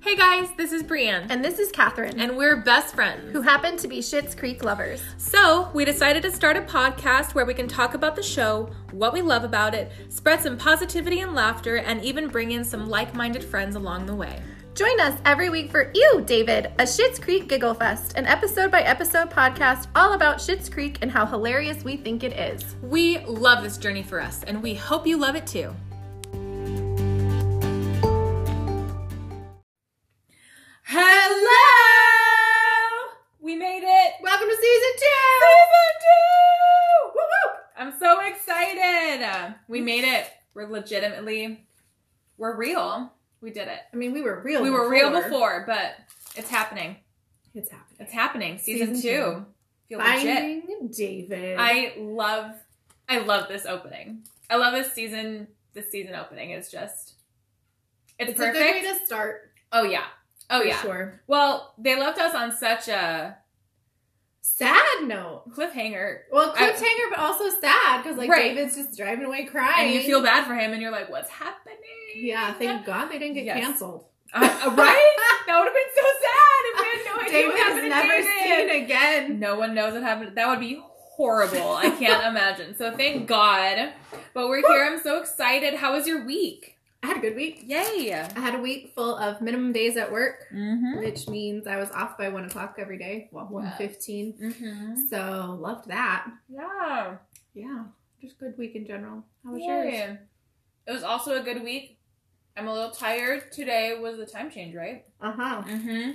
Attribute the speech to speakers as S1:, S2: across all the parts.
S1: Hey guys, this is Brienne,
S2: And this is Catherine,
S1: and we're best friends.
S2: who happen to be Schitt's Creek lovers.
S1: So, we decided to start a podcast where we can talk about the show, what we love about it, spread some positivity and laughter, and even bring in some like minded friends along the way.
S2: Join us every week for Ew, David, a Schitt's Creek Giggle Fest, an episode by episode podcast all about Schitt's Creek and how hilarious we think it is.
S1: We love this journey for us, and we hope you love it too. Hello! We made it!
S2: Welcome to season two!
S1: Season two! Woo woo! I'm so excited. We made it. We're legitimately, we're real. We did it.
S2: I mean, we were real.
S1: We were real before, but it's happening.
S2: It's happening.
S1: It's happening. Season,
S2: Season
S1: two. Feel legit.
S2: David.
S1: I love, I love this opening. I love this season. This season opening is just, it's,
S2: it's
S1: perfect.
S2: a good way to start.
S1: oh yeah. Oh
S2: for
S1: yeah.
S2: Sure.
S1: Well, they left us on such a
S2: Sad note.
S1: cliffhanger,
S2: Well,
S1: I-
S2: cliffhanger, but also sad because like
S1: Right.
S2: David's just driving away crying.
S1: and you feel bad for him, and you're like, "What's happening?"
S2: Yeah, thank God they didn't get
S1: Yes.
S2: canceled.
S1: Uh, right? That would have been so sad if we had no idea
S2: David
S1: what
S2: has
S1: happened
S2: never
S1: to David.
S2: seen again.
S1: No one knows what happened. That would be horrible. I can't imagine. So thank God. But we're here. I'm so excited. How was your week?
S2: I had a good week.
S1: Yay.
S2: I had a week full of minimum days at work,
S1: Mm-hmm.
S2: which means I was off by one o'clock every day. Well, one fifteen.
S1: Mm-hmm.
S2: So loved that.
S1: Yeah.
S2: Yeah, just good week in general. How was yours?
S1: Yay. It was also a good week. I'm a little tired. Today was the time change, right?
S2: Uh huh.
S1: Mm-hmm.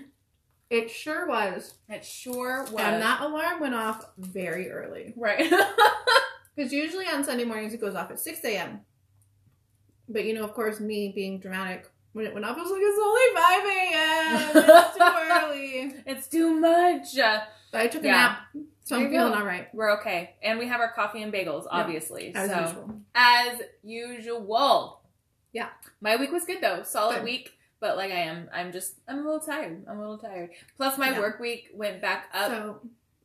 S2: It sure was.
S1: It sure was.
S2: And that alarm went off very early
S1: right.
S2: because usually on Sunday mornings it goes off at six a.m. But you know, of course, me being dramatic, when it went off, I was like, "It's only five a.m. It's too early."
S1: it's too much.
S2: But I took a
S1: Yeah.
S2: nap, so
S1: There
S2: I'm
S1: you go.
S2: feeling all right.
S1: We're okay. And we have our coffee and bagels, obviously.
S2: As
S1: so
S2: usual.
S1: as usual.
S2: Yeah.
S1: My week was good though. Solid
S2: Good.
S1: week. But like I am I'm just I'm a little tired. I'm a little tired. Plus my
S2: Yeah.
S1: work week went back up.
S2: So,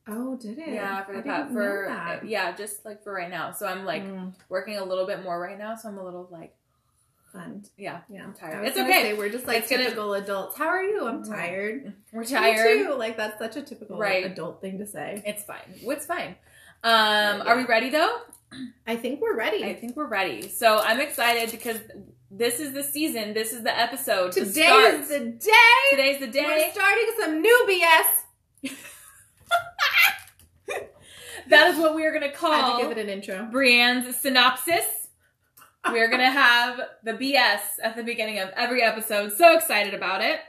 S2: oh, did it?
S1: uh, yeah, for
S2: I
S1: the
S2: didn't
S1: past
S2: know
S1: for uh,
S2: that.
S1: yeah, just like for right now. So I'm like
S2: Mm,
S1: working a little bit more right now, so I'm a little like
S2: fun.
S1: yeah,
S2: Yeah,
S1: I'm tired.
S2: I was
S1: It's
S2: gonna
S1: okay.
S2: say, we're just like
S1: It's gonna-
S2: typical adults. How are you? I'm
S1: Mm.
S2: tired.
S1: we're
S2: Me
S1: tired.
S2: too. Like that's such a typical
S1: Right.
S2: adult thing to say.
S1: It's fine. It's fine. Um, are we ready though?
S2: I think we're ready.
S1: I think we're ready. So I'm excited because this is the season. This is the episode. to
S2: Today
S1: start.
S2: is the day.
S1: Today's the day.
S2: We're starting some new BS.
S1: That is what we are going to
S2: I had to
S1: call
S2: give it an intro.
S1: Brienne's synopsis. We are going to have the BS at the beginning of every episode. So excited about it.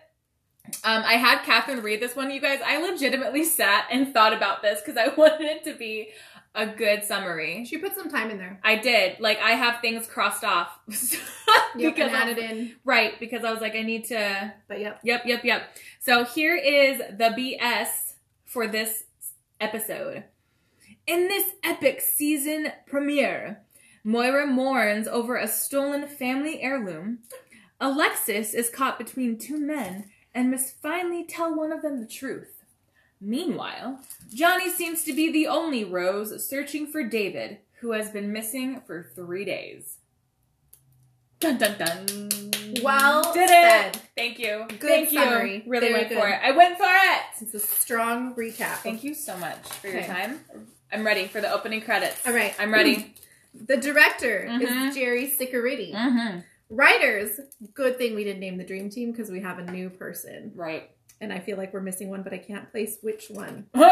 S1: Um, I had Catherine read this one, you guys. I legitimately sat and thought about this because I wanted it to be a good summary.
S2: She put some time in there.
S1: I did. Like, I have things crossed off. because
S2: Yep, and
S1: I-
S2: added in.
S1: Right, because I was like, I need to.
S2: But yep.
S1: Yep, yep, yep. So here is the BS for this episode. In this epic season premiere, Moira mourns over a stolen family heirloom. Alexis is caught between two men and must finally tell one of them the truth. Meanwhile, Johnny seems to be the only Rose searching for David, who has been missing for three days. Dun dun dun.
S2: Well
S1: Mm-hmm. Did it.
S2: said.
S1: Thank you.
S2: Good
S1: Thank
S2: summary.
S1: you. Really
S2: Very
S1: went
S2: good.
S1: for it. I went for it.
S2: It's a strong recap.
S1: Thank you so much for your
S2: Okay.
S1: time. I'm ready for the opening credits.
S2: All right.
S1: I'm ready.
S2: The director
S1: Mhm.
S2: is Jerry Siccariti.
S1: mm-hmm.
S2: Writers, good thing we didn't name the dream team because we have a new person.
S1: Right.
S2: and I feel like we're missing one, but I can't place which one.
S1: Who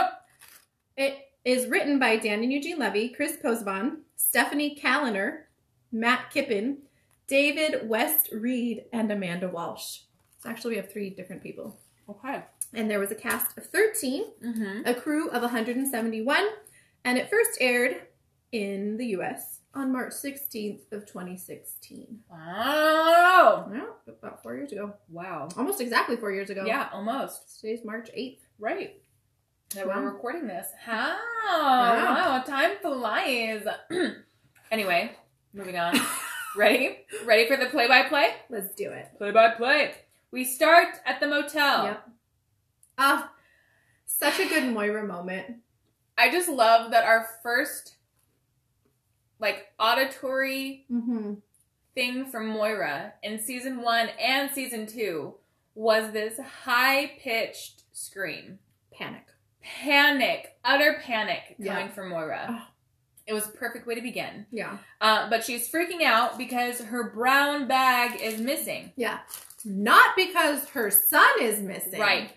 S2: It is written by Dan and Eugene Levy, Chris Posbon, Stephanie Callender, Matt Kippen, David West Reed, and Amanda Walsh. So actually, we have three different people.
S1: okay.
S2: And there was a cast of 13,
S1: Mm-hmm.
S2: a crew of 171, and it first aired in the US on March 16th of 2016.
S1: Wow.
S2: Well, about four years ago.
S1: Wow.
S2: Almost exactly four years ago.
S1: Yeah, almost.
S2: Today's March 8th.
S1: Right. That
S2: Wow.
S1: we're recording this. How?
S2: Wow.
S1: Wow. Time flies. anyway, moving on. ready? Ready for the play-by-play?
S2: Let's do it.
S1: Play-by-play. We start at the motel.
S2: Yep. Ah, such a good Moira moment.
S1: I just love that our first like auditory
S2: Mm-hmm.
S1: thing from Moira in season one and season two was this high pitched scream.
S2: Panic.
S1: Panic, utter panic coming
S2: Yeah.
S1: from Moira.
S2: Ah.
S1: It was a perfect way to begin.
S2: Yeah.
S1: Uh, but she's freaking out because her brown bag is missing.
S2: Yeah. Not because her son is missing.
S1: Right.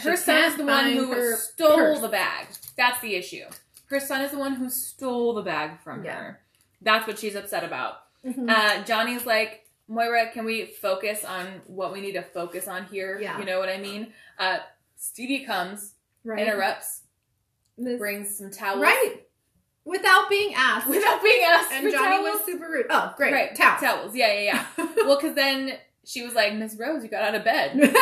S2: She
S1: Her son is
S2: can't
S1: the one
S2: find
S1: who
S2: her
S1: stole
S2: purse.
S1: the bag. That's the issue. Her son is the one who stole the bag from
S2: Yeah.
S1: her. That's what she's upset about.
S2: Mhm.
S1: Uh, Johnny's like, Moira, can we focus on what we need to focus on here?
S2: Yeah.
S1: You know what I mean? Uh, Stevie comes,
S2: right.
S1: interrupts,
S2: This-
S1: brings some towels.
S2: Right. Without being asked.
S1: Without being asked.
S2: and
S1: for
S2: Johnny
S1: towels.
S2: was super rude. Oh, great.
S1: Right.
S2: Towel.
S1: Towels. Yeah, yeah, yeah. well, because then she was like, Miss Rose, you got out of bed.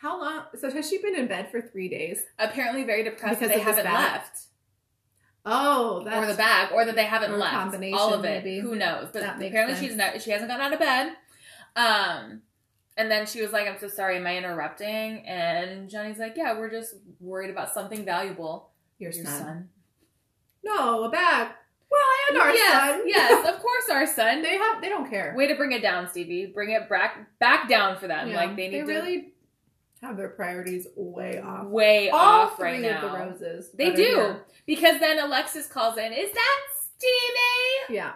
S2: How long? So has she been in bed for three days?
S1: Apparently very depressed that
S2: Because
S1: they
S2: of this
S1: haven't
S2: bag.
S1: left.
S2: Oh, that's
S1: or the bag, or that they haven't
S2: Or a
S1: left.
S2: combination,
S1: All of it.
S2: maybe.
S1: Who knows? But
S2: That makes
S1: apparently
S2: sense.
S1: she's not. She hasn't gotten out of bed. Um, and then she was like, "I'm so sorry. Am I interrupting?" And Johnny's like, "Yeah, we're just worried about something valuable.
S2: your, son. No, a bag. Well, and our
S1: yes,
S2: son.
S1: yes, of course, our son.
S2: They have. They don't care.
S1: Way to bring it down, Stevie. Bring it back back down for them.
S2: Yeah.
S1: Like they need
S2: They really have their priorities way
S1: to
S2: off.
S1: way
S2: All
S1: off
S2: three
S1: right now.
S2: of the roses.
S1: They
S2: that are
S1: do
S2: here.
S1: because then Alexis calls in. Is that Stevie?
S2: Yeah.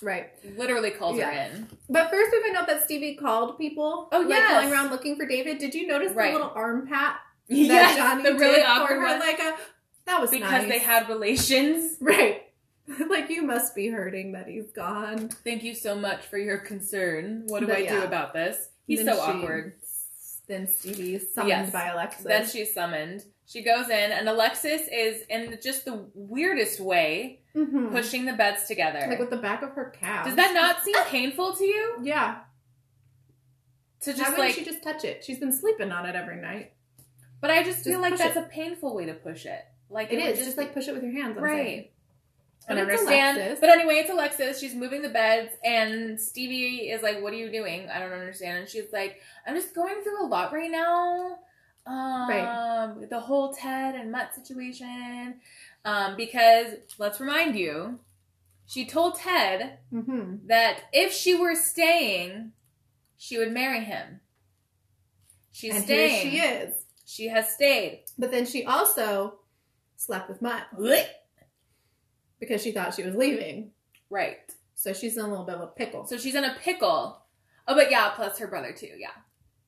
S2: Right.
S1: Literally calls
S2: Yeah.
S1: her in.
S2: But first we find out that Stevie called people.
S1: Oh,
S2: like,
S1: yes.
S2: going around looking for David. Did you notice
S1: Right.
S2: the little arm pat that
S1: yes,
S2: Johnny
S1: the really
S2: did
S1: awkward
S2: for her?
S1: one.
S2: Like a that was
S1: because
S2: nice.
S1: they had relations.
S2: right. like you must be hurting that he's gone.
S1: Thank you so much for your concern. What do I
S2: But
S1: do
S2: yeah.
S1: about this? He's
S2: Then
S1: so
S2: she-
S1: awkward.
S2: Then Stevie is summoned
S1: Yes.
S2: by Alexis.
S1: Then she's summoned. She goes in, and Alexis is in just the weirdest way
S2: Mhm.
S1: pushing the beds together.
S2: like with the Ah! back of her calf.
S1: Does that not seem painful to you?
S2: Yeah.
S1: To
S2: Why
S1: just
S2: wouldn't
S1: like,
S2: she just touch it? She's been sleeping on it every night.
S1: but I just, feel
S2: just
S1: like
S2: push
S1: that's
S2: it.
S1: a painful way to push it. Like
S2: It
S1: would
S2: is just like push it with your hands. I'm saying.
S1: right. I don't
S2: But it's
S1: understand.
S2: Alexis.
S1: But anyway, it's Alexis. She's moving the beds, and Stevie is like, "What are you doing? I don't understand." And she's like, "I'm just going through a lot right now. Um, the whole Ted and Mutt situation. Um, because let's remind you, she told Ted
S2: Mm-hmm.
S1: that if she were staying, she would marry him. She's
S2: and
S1: staying.
S2: here she is.
S1: She has stayed.
S2: But then she also slept with Mutt because she thought she was leaving.
S1: Right.
S2: So she's in a little bit of a pickle.
S1: So she's in a pickle. Oh, but yeah, plus her brother too. Yeah.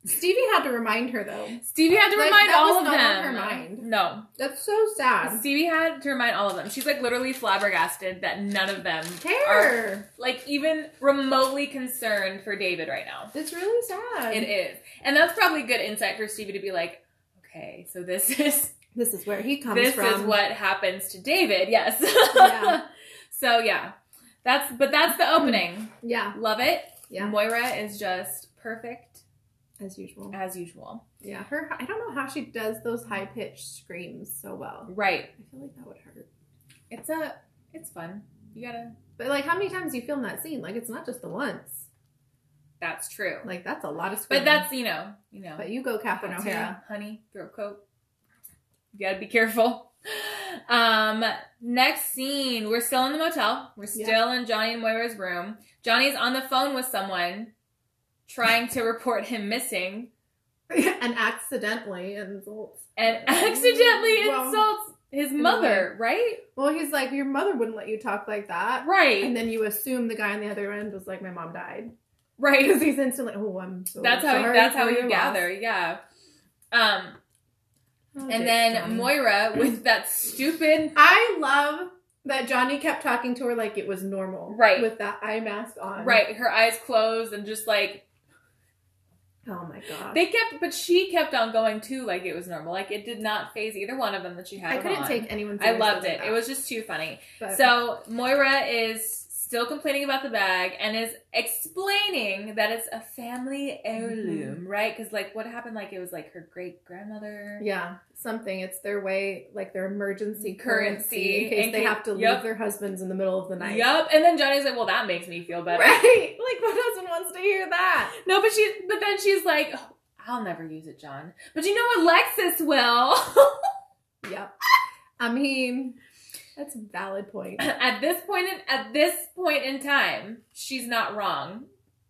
S2: Stevie had to remind her though.
S1: Stevie had to
S2: Like,
S1: remind
S2: that
S1: all
S2: was
S1: of
S2: not on
S1: them.
S2: her mind.
S1: No,
S2: That's so sad.
S1: Stevie had to remind all of them. She's like literally flabbergasted that none of them are
S2: Care.
S1: like even remotely concerned for David right now.
S2: It's really sad.
S1: uh, It is, and that's probably good insight for Stevie to be like, okay, so this is
S2: This is where he comes
S1: this
S2: from.
S1: is what happens to David. Yes.
S2: Yeah.
S1: so yeah, that's but that's the opening.
S2: Yeah.
S1: Love it.
S2: Yeah.
S1: Moira is just perfect
S2: As usual.
S1: as usual.
S2: Yeah. Her. I don't know how she does those high pitched screams so well.
S1: Right.
S2: I feel like that would hurt.
S1: It's a it's fun. You gotta.
S2: But like, how many times do you film that scene? Like, it's not just the once.
S1: That's true.
S2: Like, that's a lot of screaming.
S1: But that's you know, you know,
S2: But you go, Catherine
S1: hot
S2: O'Hara.
S1: tea, honey, throat coat. You gotta be careful. Um, next scene, we're still in the motel. We're
S2: Yeah.
S1: still in Johnny and Moira's room. Johnny's on the phone with someone, trying to report him missing,
S2: and accidentally insults.
S1: and accidentally
S2: Well,
S1: insults his mother. Right,
S2: Well, he's like, your mother wouldn't let you talk like that.
S1: right,
S2: And then you assume the guy on the other end was like, my mom died.
S1: right.
S2: Because he's instantly, oh, I'm so
S1: That's how.
S2: sorry
S1: that's
S2: for
S1: how
S2: your
S1: you
S2: loss."
S1: gather. Yeah. Um,
S2: Oh,
S1: and
S2: dear
S1: then
S2: Johnny.
S1: Moira with that stupid
S2: I love that Johnny kept talking to her like it was normal.
S1: Right.
S2: With that eye mask on.
S1: Right, her eyes closed and just like
S2: Oh my god.
S1: they kept, but she kept on going too, like it was normal. Like it did not phase either one of them that she had.
S2: I
S1: them
S2: couldn't
S1: on.
S2: take anyone
S1: I
S2: seriously
S1: loved
S2: like
S1: it.
S2: that.
S1: It was just too funny.
S2: But-
S1: So Moira is still complaining about the bag and is explaining that it's a family heirloom,
S2: Mm-hmm.
S1: right? Because like what happened? Like it was like her great grandmother.
S2: yeah, something. It's their way, like their
S1: Currency,
S2: emergency currency, in case
S1: in
S2: they
S1: case-
S2: have to
S1: yep.
S2: leave their husbands in the middle of the night.
S1: Yup. And then Johnny's like, "Well, that makes me feel better."
S2: Right? Like, what husband wants to hear that?
S1: No, but she. But then she's like, "Oh, "I'll never use it, John." But you know, Alexis will.
S2: Yep. I mean, that's a valid point.
S1: at this point in at this point in time, she's not wrong.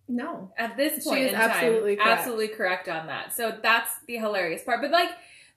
S2: No.
S1: at this
S2: She
S1: point
S2: is
S1: in time,
S2: absolutely correct.
S1: absolutely correct on that. So that's the hilarious part. But like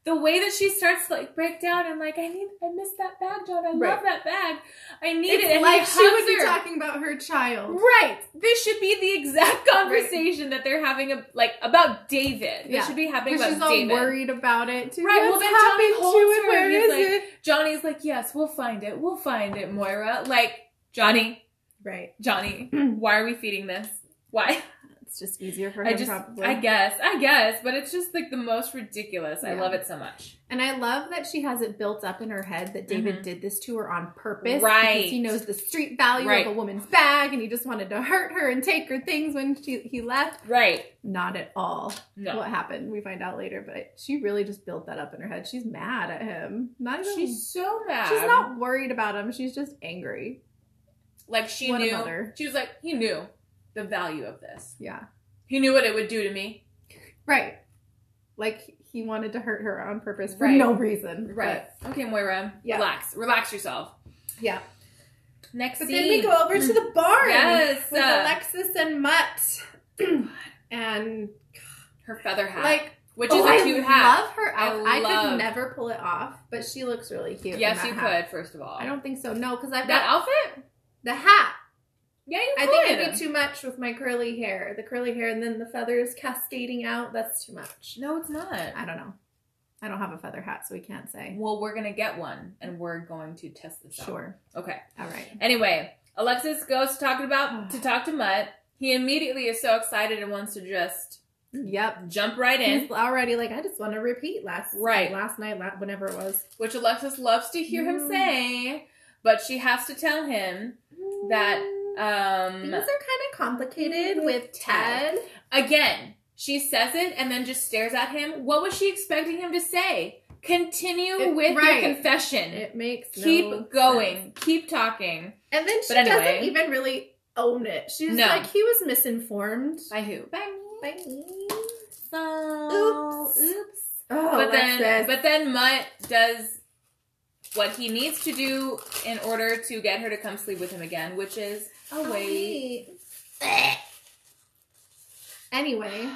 S1: the way that she starts to like break down and like I need I miss that bag, John. I love
S2: Right.
S1: that bag. I need
S2: It's
S1: it. And he
S2: like she would
S1: hugs
S2: be
S1: her.
S2: talking about her child.
S1: Right. This should be the exact conversation that they're having a, like about David. This
S2: Yeah.
S1: should be happening
S2: Because
S1: about
S2: she's all
S1: David.
S2: worried about it. Too.
S1: Right, well,
S2: What's
S1: then Tommy
S2: happened to
S1: holds
S2: it?
S1: her
S2: Where
S1: and he's
S2: is it?
S1: Johnny's like, "Yes, we'll find it. We'll find it, Moira." Like, "Johnny,
S2: Right.
S1: Johnny, why are we feeding this? Why?"
S2: It's just easier Hmm. for him
S1: I just,
S2: probably.
S1: I guess, I guess, but it's just like the most ridiculous. I
S2: Yeah.
S1: love it so much.
S2: And I love that she has it built up in her head that David
S1: Mhm.
S2: did this to her on purpose.
S1: Right.
S2: Because he knows the street value
S1: Right.
S2: of a woman's bag and he just wanted to hurt her and take her things when she, he left.
S1: Right.
S2: Not at all
S1: No.
S2: what happened. We find out later, but she really just built that up in her head. She's mad at him. Not even.
S1: She's so mad.
S2: she's not worried about him. She's just angry.
S1: like she
S2: What a
S1: knew.
S2: mother.
S1: She was like, he knew the value of this.
S2: Yeah.
S1: He knew what it would do to me.
S2: Right. Like he wanted to hurt her on purpose for
S1: Right.
S2: no reason.
S1: Right. okay, Moira.
S2: Yeah.
S1: Relax. Relax yourself.
S2: But- yeah.
S1: Next
S2: But
S1: scene.
S2: then we go over to the barn.
S1: Yes.
S2: With
S1: uh,
S2: Alexis and Mutt. and
S1: her feather hat,
S2: like
S1: uh, which
S2: oh,
S1: is
S2: I
S1: a cute hat.
S2: love her
S1: I
S2: outfit. I,
S1: love-
S2: could never pull it off, but she looks really cute. in
S1: Yes,
S2: that
S1: you
S2: hat.
S1: could. First of all,
S2: I don't think so. No, because I've
S1: that
S2: got
S1: outfit.
S2: the hat.
S1: Yeah, you
S2: I
S1: could.
S2: think it'd be too much with my curly hair. The curly hair and then the feathers cascading out. That's too much.
S1: no, it's not.
S2: I don't know. I don't have a feather hat, so we can't say.
S1: Well, we're gonna get one, and we're going to test this out.
S2: Sure.
S1: Okay.
S2: All right.
S1: Anyway, Alexis goes talking about to talk to Mutt. He immediately is so excited and wants to just
S2: Yep.
S1: jump right in,
S2: He's already like, I just want to repeat last
S1: Right.
S2: last night, la- whenever it was.
S1: which Alexis loves to hear him
S2: Mm.
S1: say, but she has to tell him That,
S2: things are kind
S1: um
S2: of complicated with Ted.
S1: again. She says it and then just stares at him. What was she expecting him to say? Continue
S2: It-
S1: with
S2: right.
S1: your confession.
S2: It makes
S1: Keep
S2: no
S1: going.
S2: sense.
S1: Keep talking.
S2: and then she
S1: But anyway.
S2: doesn't even really own it. She's
S1: No.
S2: like, he was misinformed.
S1: By who? By me.
S2: By me.
S1: So,
S2: Oops.
S1: oops.
S2: Oh,
S1: but
S2: Alexis.
S1: then but then Mutt does what he needs to do in order to get her to come sleep with him again, which is
S2: Oh,
S1: away.
S2: wait. anyway,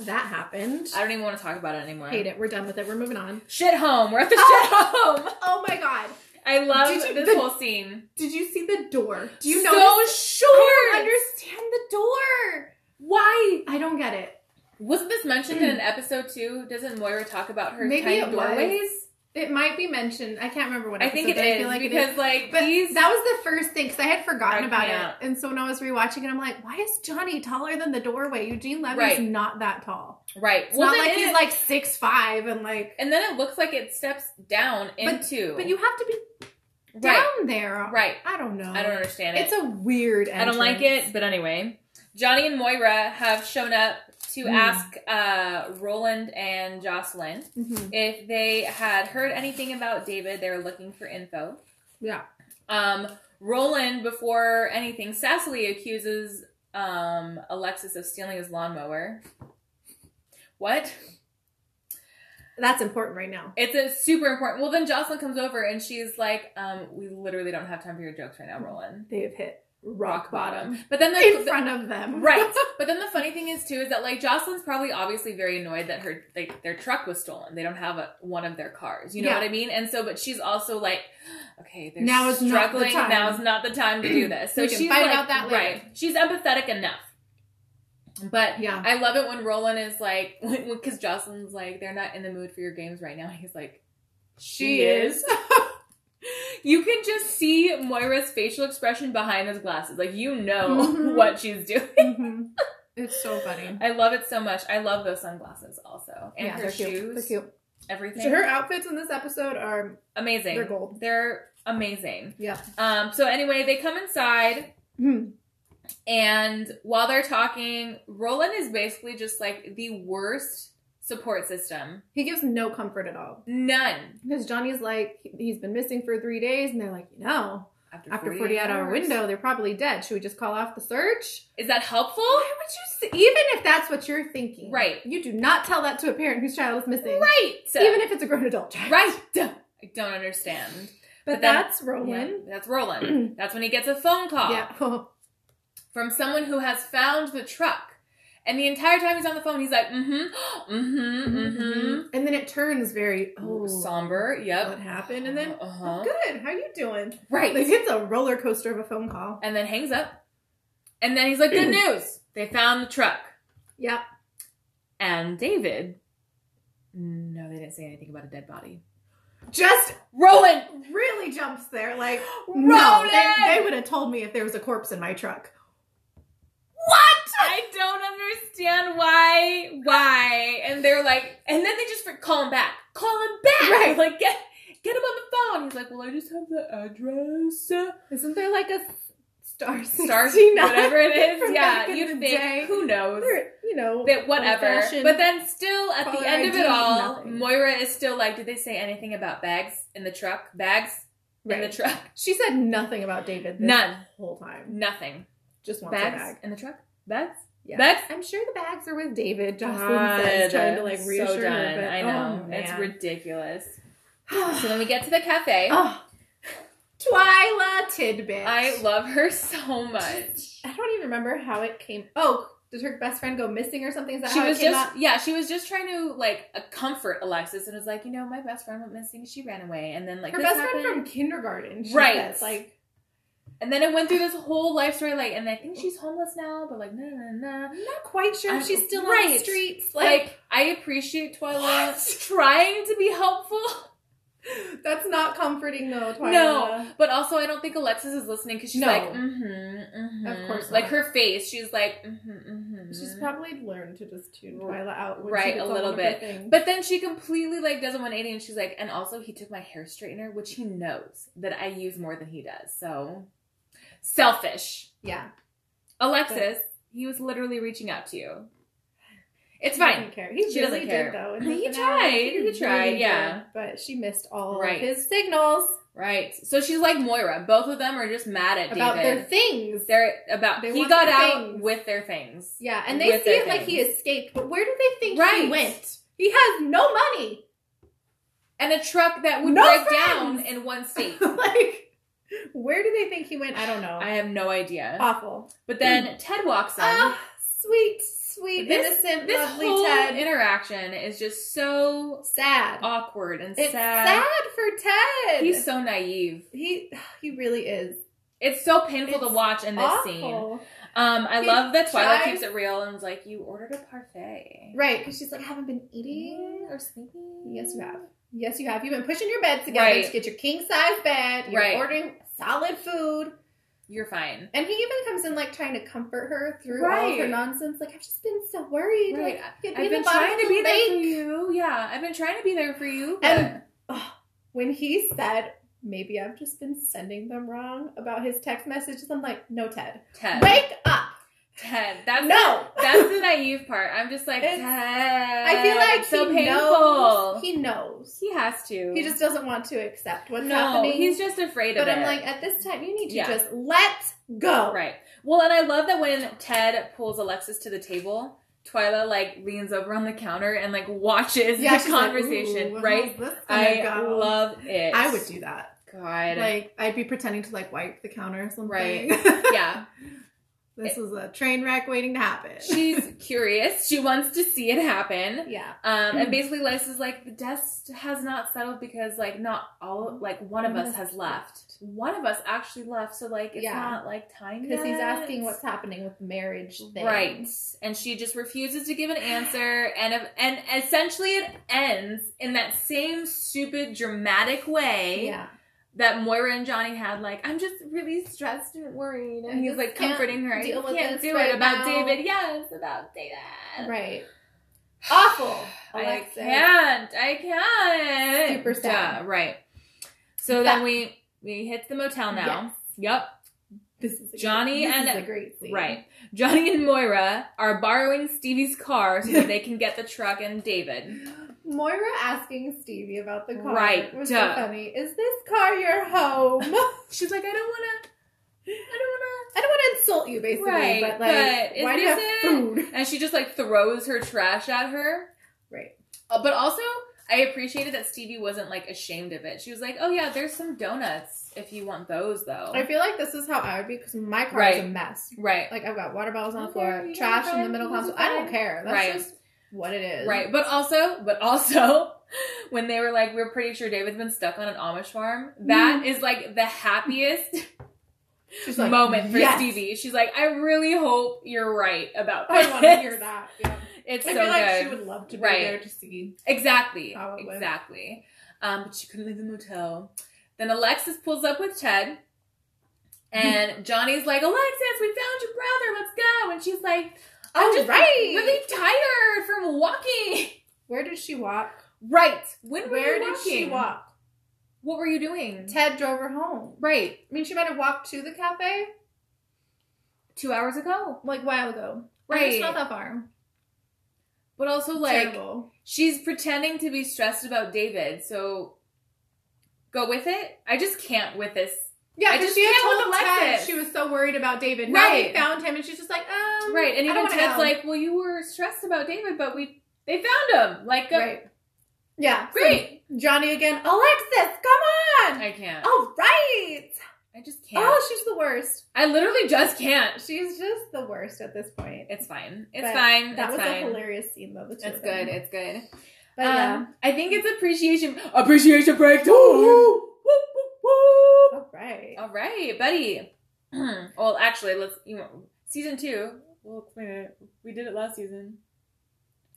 S2: that happened.
S1: I don't even want to talk about it anymore.
S2: hate it. We're done with it. We're moving on.
S1: Shit home. We're at the shit home.
S2: Oh my god.
S1: I love
S2: Did you-
S1: this
S2: the-
S1: whole scene.
S2: Did you see the door? Do you
S1: so
S2: know?
S1: short?
S2: I don't understand the door.
S1: Why?
S2: I don't get it.
S1: Wasn't this mentioned in an episode too? Doesn't Moira talk about her
S2: Maybe
S1: tiny
S2: it was.
S1: doorways?
S2: It might be mentioned. I can't remember what
S1: I
S2: episode,
S1: think it
S2: but
S1: is
S2: I feel like
S1: because
S2: it is.
S1: like
S2: But
S1: these
S2: that was the first thing because I had forgotten
S1: I
S2: about
S1: can't.
S2: it, and so when I was rewatching it, I'm like, why is Johnny taller than the doorway? Eugene Levy's
S1: Right.
S2: not that tall.
S1: right.
S2: It's
S1: well,
S2: not
S1: then
S2: like
S1: it-
S2: he's like six five and like.
S1: and then it looks like it steps down
S2: But-
S1: into.
S2: But you have to be
S1: right,
S2: down there.
S1: right.
S2: I don't know.
S1: I don't understand it.
S2: It's a weird.
S1: I don't like
S2: entrance.
S1: it, but anyway, Johnny and Moira have shown up to
S2: Hmm.
S1: ask uh, Roland and Jocelyn
S2: Mhm.
S1: if they had heard anything about David. They were looking for info.
S2: Yeah.
S1: Um, Roland, before anything, Cecily accuses um, Alexis of stealing his lawnmower. What?
S2: That's important right now.
S1: It's a super important. Well, then Jocelyn comes over and she's like, um, "We literally don't have time for your jokes right now, Roland."
S2: They have hit rock bottom
S1: But then there's
S2: in front of them.
S1: Right. But then the funny thing is too is that like Jocelyn's probably obviously very annoyed that her like their truck was stolen. They don't have a, one of their cars. You know
S2: Yeah.
S1: what I mean? And so but she's also like okay, they're
S2: Now is not the
S1: struggling.
S2: time.
S1: Now is not the time to do this. So
S2: We can
S1: she's
S2: fight
S1: like,
S2: about that later.
S1: right. She's empathetic enough. But
S2: Yeah.
S1: I love it when Roland is like cuz Jocelyn's like they're not in the mood for your games right now. He's like
S2: She is.
S1: you can just see Moira's facial expression behind those glasses. Like you know
S2: Mhm.
S1: what she's doing.
S2: Mhm. It's so funny.
S1: I love it so much. I love those sunglasses also. And her shoes.
S2: They're cute.
S1: Everything.
S2: So her outfits in this episode are
S1: amazing.
S2: they're gold.
S1: They're amazing.
S2: Yeah.
S1: Um, so anyway, they come inside
S2: Mhm.
S1: and while they're talking, Roland is basically just like the worst support system.
S2: He gives no comfort at all.
S1: None.
S2: Because Johnny's like he's been missing for three days, and they're like, you know, after forty out our
S1: hours.
S2: window, they're probably dead. Should we just call off the search?
S1: Is that helpful?
S2: Why would you say, even if that's what you're thinking?
S1: Right.
S2: You do not tell that to a parent whose child is missing.
S1: Right.
S2: Even if it's a grown adult child.
S1: Right. I don't understand.
S2: But
S1: then-
S2: that's Roland. Oh.
S1: Yeah, that's Roland. that's when he gets a phone call.
S2: Yeah.
S1: from someone who has found the truck. And the entire time he's on the phone, he's like, mm-hmm, mm-hmm, mm-hmm.
S2: And then it turns very oh
S1: Somber,
S2: what
S1: yep.
S2: happened? And then
S1: uh-huh.
S2: oh, good, how you doing?
S1: Right.
S2: Like it's a roller coaster of a phone call.
S1: and then hangs up. And then he's like,
S2: Hmm.
S1: good news. They found the truck.
S2: Yep.
S1: And David. No, they didn't say anything about a dead body.
S2: Just
S1: Roland!
S2: really jumps there like
S1: Roland!
S2: no, they, they would have told me if there was a corpse in my truck.
S1: What? I don't understand why. Why? And they're like, and then they just fr- call him back. Call him back.
S2: Right.
S1: Like get get him on the phone. He's like, well, I just have the address.
S2: Isn't there like a star
S1: Star,
S2: 69
S1: whatever it is.
S2: from
S1: Yeah,
S2: back in
S1: you
S2: the
S1: think
S2: day?
S1: who knows?
S2: Or, you know,
S1: That whatever.
S2: old-fashioned
S1: But then still at
S2: caller
S1: the end of
S2: ID,
S1: it all,
S2: nothing.
S1: Moira is still like, did they say anything about bags in the truck? Bags in
S2: right.
S1: the truck?
S2: she said nothing about David this
S1: None.
S2: whole time.
S1: Nothing.
S2: Just wants
S1: Bags
S2: a bag.
S1: in the truck? Bags?
S2: Yeah.
S1: Bags?
S2: I'm sure the bags are with David. Jocelyn says,
S1: God,
S2: trying to like
S1: so
S2: reassure her.
S1: done.
S2: But,
S1: I know.
S2: Oh,
S1: it's
S2: man.
S1: ridiculous. So then we get to the cafe.
S2: oh, Twyla tidbit.
S1: I love her so much.
S2: I don't even remember how it came. Oh, did her best friend go missing or something? Is that
S1: She
S2: how
S1: was
S2: it came
S1: just
S2: up?
S1: yeah, she was just trying to like uh, comfort Alexis and was like, you know, my best friend went missing. She ran away, and then like
S2: Her
S1: this
S2: best
S1: happened.
S2: friend from kindergarten. She
S1: Right.
S2: Says, like
S1: and then it went through this whole life story. Like, and I think she's homeless now, but like, no, no, no.
S2: I'm not quite sure
S1: I'm-
S2: if she's still on the
S1: right.
S2: streets.
S1: Like,
S2: Like,
S1: I appreciate Twyla
S2: What?
S1: trying to be helpful.
S2: that's not comforting though. Twyla.
S1: No, but also I don't think Alexis is listening because she's
S2: No.
S1: like, mm-hmm,
S2: Of course
S1: Like
S2: not.
S1: her face, she's like, mm-hmm, mm-hmm.
S2: She's probably learned to just tune Twyla out. When
S1: Right,
S2: she
S1: a
S2: gets on
S1: little
S2: one of her
S1: bit.
S2: things.
S1: But then she completely like does a 180 and she's like, and also he took my hair straightener, which he knows that I use more than he does. So selfish.
S2: yeah,
S1: Alexis, he was literally reaching out to you. It's
S2: he
S1: fine.
S2: Doesn't care. He
S1: She
S2: really
S1: doesn't care.
S2: did though. and
S1: He
S2: then-
S1: tried. He tried,
S2: did,
S1: yeah.
S2: but she missed all of
S1: Right.
S2: his signals
S1: Right. So she's like Moira. Both of them are just mad at
S2: Mm-hmm. about
S1: David.
S2: their things.
S1: They're about
S2: They
S1: he
S2: want
S1: got
S2: their
S1: out
S2: things.
S1: with their things.
S2: yeah, and they
S1: with
S2: see
S1: their
S2: it like he escaped, but where do they think
S1: Right.
S2: he went? He has no money.
S1: And a truck that would
S2: No
S1: break down
S2: friends.
S1: in one state.
S2: like, where do they think he went? I don't know.
S1: I have no idea.
S2: Awful.
S1: but then Ted walks in.
S2: Uh, mm. Ah, sweet, sweet,
S1: this
S2: innocent,
S1: this
S2: lovely
S1: whole
S2: Ted.
S1: interaction is just so
S2: sad.
S1: awkward and
S2: It's sad.
S1: sad.
S2: for Ted.
S1: He's so naive.
S2: he he really is.
S1: It's so painful to
S2: It's
S1: watch in this scene. Um,
S2: Awful.
S1: I
S2: He
S1: love that Twilight
S2: tries-
S1: keeps it real and was like, "You ordered a parfait,
S2: Right, because she's like, haven't been
S1: Eating
S2: eating.
S1: or sleeping?"
S2: Yes, you have. Yes, you have. You've been pushing your bed together
S1: Right.
S2: to get your king size bed. You're
S1: Right.
S2: ordering solid food.
S1: You're fine.
S2: And he even comes in like trying to comfort her through all of her
S1: Right.
S2: nonsense. Like, I've just been so worried.
S1: Right.
S2: Like, I could be
S1: I've
S2: in the
S1: been
S2: bottom
S1: trying
S2: of
S1: to
S2: the
S1: be there for
S2: lake.
S1: you. Yeah, I've been trying to be there for you. But
S2: And- Ugh. when he said, maybe I've just been sending them wrong about his text messages, I'm like, no, Ted.
S1: Ted,
S2: Wake up.
S1: Ted, that's
S2: No.
S1: that's the naive part. I'm just like,
S2: It's-
S1: Ted,
S2: I feel like
S1: it's so
S2: he
S1: painful.
S2: knows.
S1: He,
S2: He knows.
S1: has to.
S2: He just doesn't want to accept what's
S1: no.
S2: happening.
S1: He's just afraid of
S2: but
S1: it.
S2: I'm like, oh. at this time, you need to
S1: Yeah.
S2: just let go.
S1: Right. Well, and I love that when Ted pulls Alexis to the table, Twyla like leans over on the counter and like watches the
S2: she's like,
S1: conversation.
S2: "Ooh, how's
S1: right.
S2: this gonna
S1: I
S2: go?"
S1: love it.
S2: I would do that.
S1: God.
S2: Like, I'd be pretending to like wipe the counter or something.
S1: Right. yeah.
S2: this is a train wreck waiting to happen.
S1: She's curious. She wants to see it happen.
S2: yeah.
S1: Um,
S2: Mm.
S1: and basically, Lice is like, the dust has not settled because, like, not all, like, one of us has left. One of us actually left, so, like, it's
S2: Yeah.
S1: not, like, time
S2: Because he's
S1: yet.
S2: asking what's happening with the marriage thing.
S1: Right. And she just refuses to give an answer. And and essentially it ends in that same stupid dramatic way
S2: Yeah.
S1: that Moira and Johnny had like, I'm just really stressed and worried.
S2: I
S1: And he's
S2: just
S1: like
S2: can't
S1: comforting her. I
S2: deal
S1: just
S2: with
S1: can't
S2: this
S1: do
S2: right
S1: it about
S2: now."
S1: David. Yes, about David.
S2: Right. Awful. Alexis.
S1: I can't. I can't.
S2: Super sad.
S1: Yeah, right. So then we we hit the motel now. Yep.
S2: This is a great-
S1: Johnny
S2: this
S1: and-
S2: is a great scene.
S1: Right. Johnny and Moira are borrowing Stevie's car so that they can get the truck and David.
S2: Moira asking Stevie about the car.
S1: Right.
S2: Was so funny. Is this car your home? I
S1: She's like, I don't want to. I don't
S2: don't want to insult you, basically,
S1: Right,
S2: but like,
S1: but is
S2: why do you
S1: this
S2: have
S1: it?
S2: food?
S1: want to. And she just like throws her trash at her.
S2: Right.
S1: Uh, but also, I appreciated that Stevie wasn't like ashamed of it. She was like, "Oh yeah, there's some donuts if you want those though."
S2: I feel like this is how I would be because my car is a
S1: Right.
S2: mess.
S1: right.
S2: Like I've got water bottles on the
S1: Okay,
S2: floor,
S1: you
S2: trash
S1: got
S2: in the middle
S1: five,
S2: console.
S1: you got
S2: I don't
S1: five.
S2: care. That's
S1: Right.
S2: just what it is.
S1: Right. But also, but also when they were like, "We're pretty sure David's been stuck on an Amish farm." That is like the happiest
S2: She's Mm-hmm. like,
S1: moment for
S2: yes,
S1: Stevie. She's like, "I really hope you're right about this."
S2: I want to hear that. Yeah.
S1: It's
S2: I
S1: so
S2: feel like
S1: good.
S2: she would love to be
S1: Right.
S2: there to see.
S1: Exactly.
S2: Probably.
S1: Exactly. Um, but she couldn't leave the motel. Then Alexis pulls up with Ted. And Johnny's like, Alexis, we found your brother. Let's go. And she's like, I'm
S2: All
S1: just
S2: Oh, right.
S1: really tired from walking.
S2: Where did she walk?
S1: Right. When were
S2: Where
S1: you
S2: did she
S1: walking?
S2: walk?
S1: What were you doing?
S2: Ted drove her home.
S1: right.
S2: I mean, she might have walked to the cafe
S1: Two hours ago.
S2: like a while ago.
S1: Right.
S2: It's not that far.
S1: But also, like,
S2: Terrible.
S1: she's pretending to be stressed about David. So go with it. I just can't with this.
S2: Yeah,
S1: I
S2: because
S1: just
S2: she had
S1: can't with
S2: told
S1: Alexis.
S2: Ted she was so worried about David. Now
S1: Right.
S2: they found him, and she's just like, um,
S1: Right, and
S2: I
S1: even
S2: don't wanna
S1: Ted's
S2: know.
S1: like, "Well, you were stressed about David, but we they found him. Like, uh,
S2: right. Yeah, so
S1: great.
S2: Johnny again. Alexis, come on.
S1: I can't.
S2: All right.
S1: I just can't.
S2: Oh, she's the worst.
S1: I literally just can't.
S2: She's just the worst at this point.
S1: It's fine. It's
S2: But
S1: fine.
S2: that
S1: it's
S2: was a
S1: fine.
S2: hilarious scene though. The two
S1: It's
S2: of them.
S1: good. It's good.
S2: But
S1: um,
S2: yeah.
S1: I think it's appreciation appreciation breakdown.
S2: Woo!
S1: Woo, woo, woo.
S2: All right.
S1: All right, buddy. well, actually, let's you know, season two. We'll explain it. We did it last season.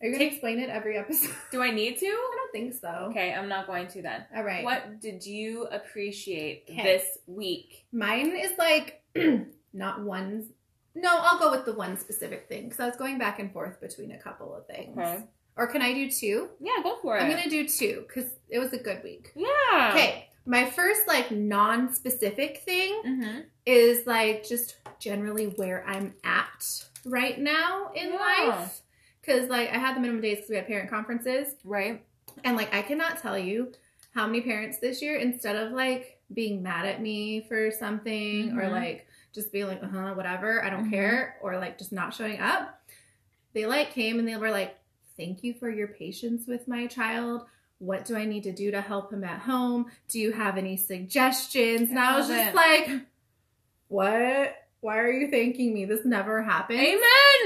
S2: Are you gonna explain it every episode?
S1: Do I need to?
S2: I don't think so.
S1: Okay, I'm not going to then.
S2: All right.
S1: What did you appreciate
S2: Okay.
S1: this week?
S2: Mine is like not one. No, I'll go with the one specific thing because I was going back and forth between a couple of things.
S1: Okay.
S2: Or can I do two?
S1: Yeah, go for it.
S2: I'm gonna do two because it was a good week.
S1: yeah.
S2: Okay. My first like non-specific thing
S1: Mm-hmm.
S2: is like just generally where I'm at right now in
S1: Yeah.
S2: life. Because like I had the minimum days because we had parent conferences,
S1: Right.
S2: and like I cannot tell you how many parents this year instead of like being mad at me for something or
S1: Mhm.
S2: like just being like uh huh whatever I don't
S1: Mhm.
S2: care or like just not showing up, they like came and they were like thank you for your patience with my child. What do I need to do to help him at home? Do you have any suggestions? And I was
S1: Love
S2: just
S1: it.
S2: like, what? Why are you thanking me? This never happened.
S1: Amen.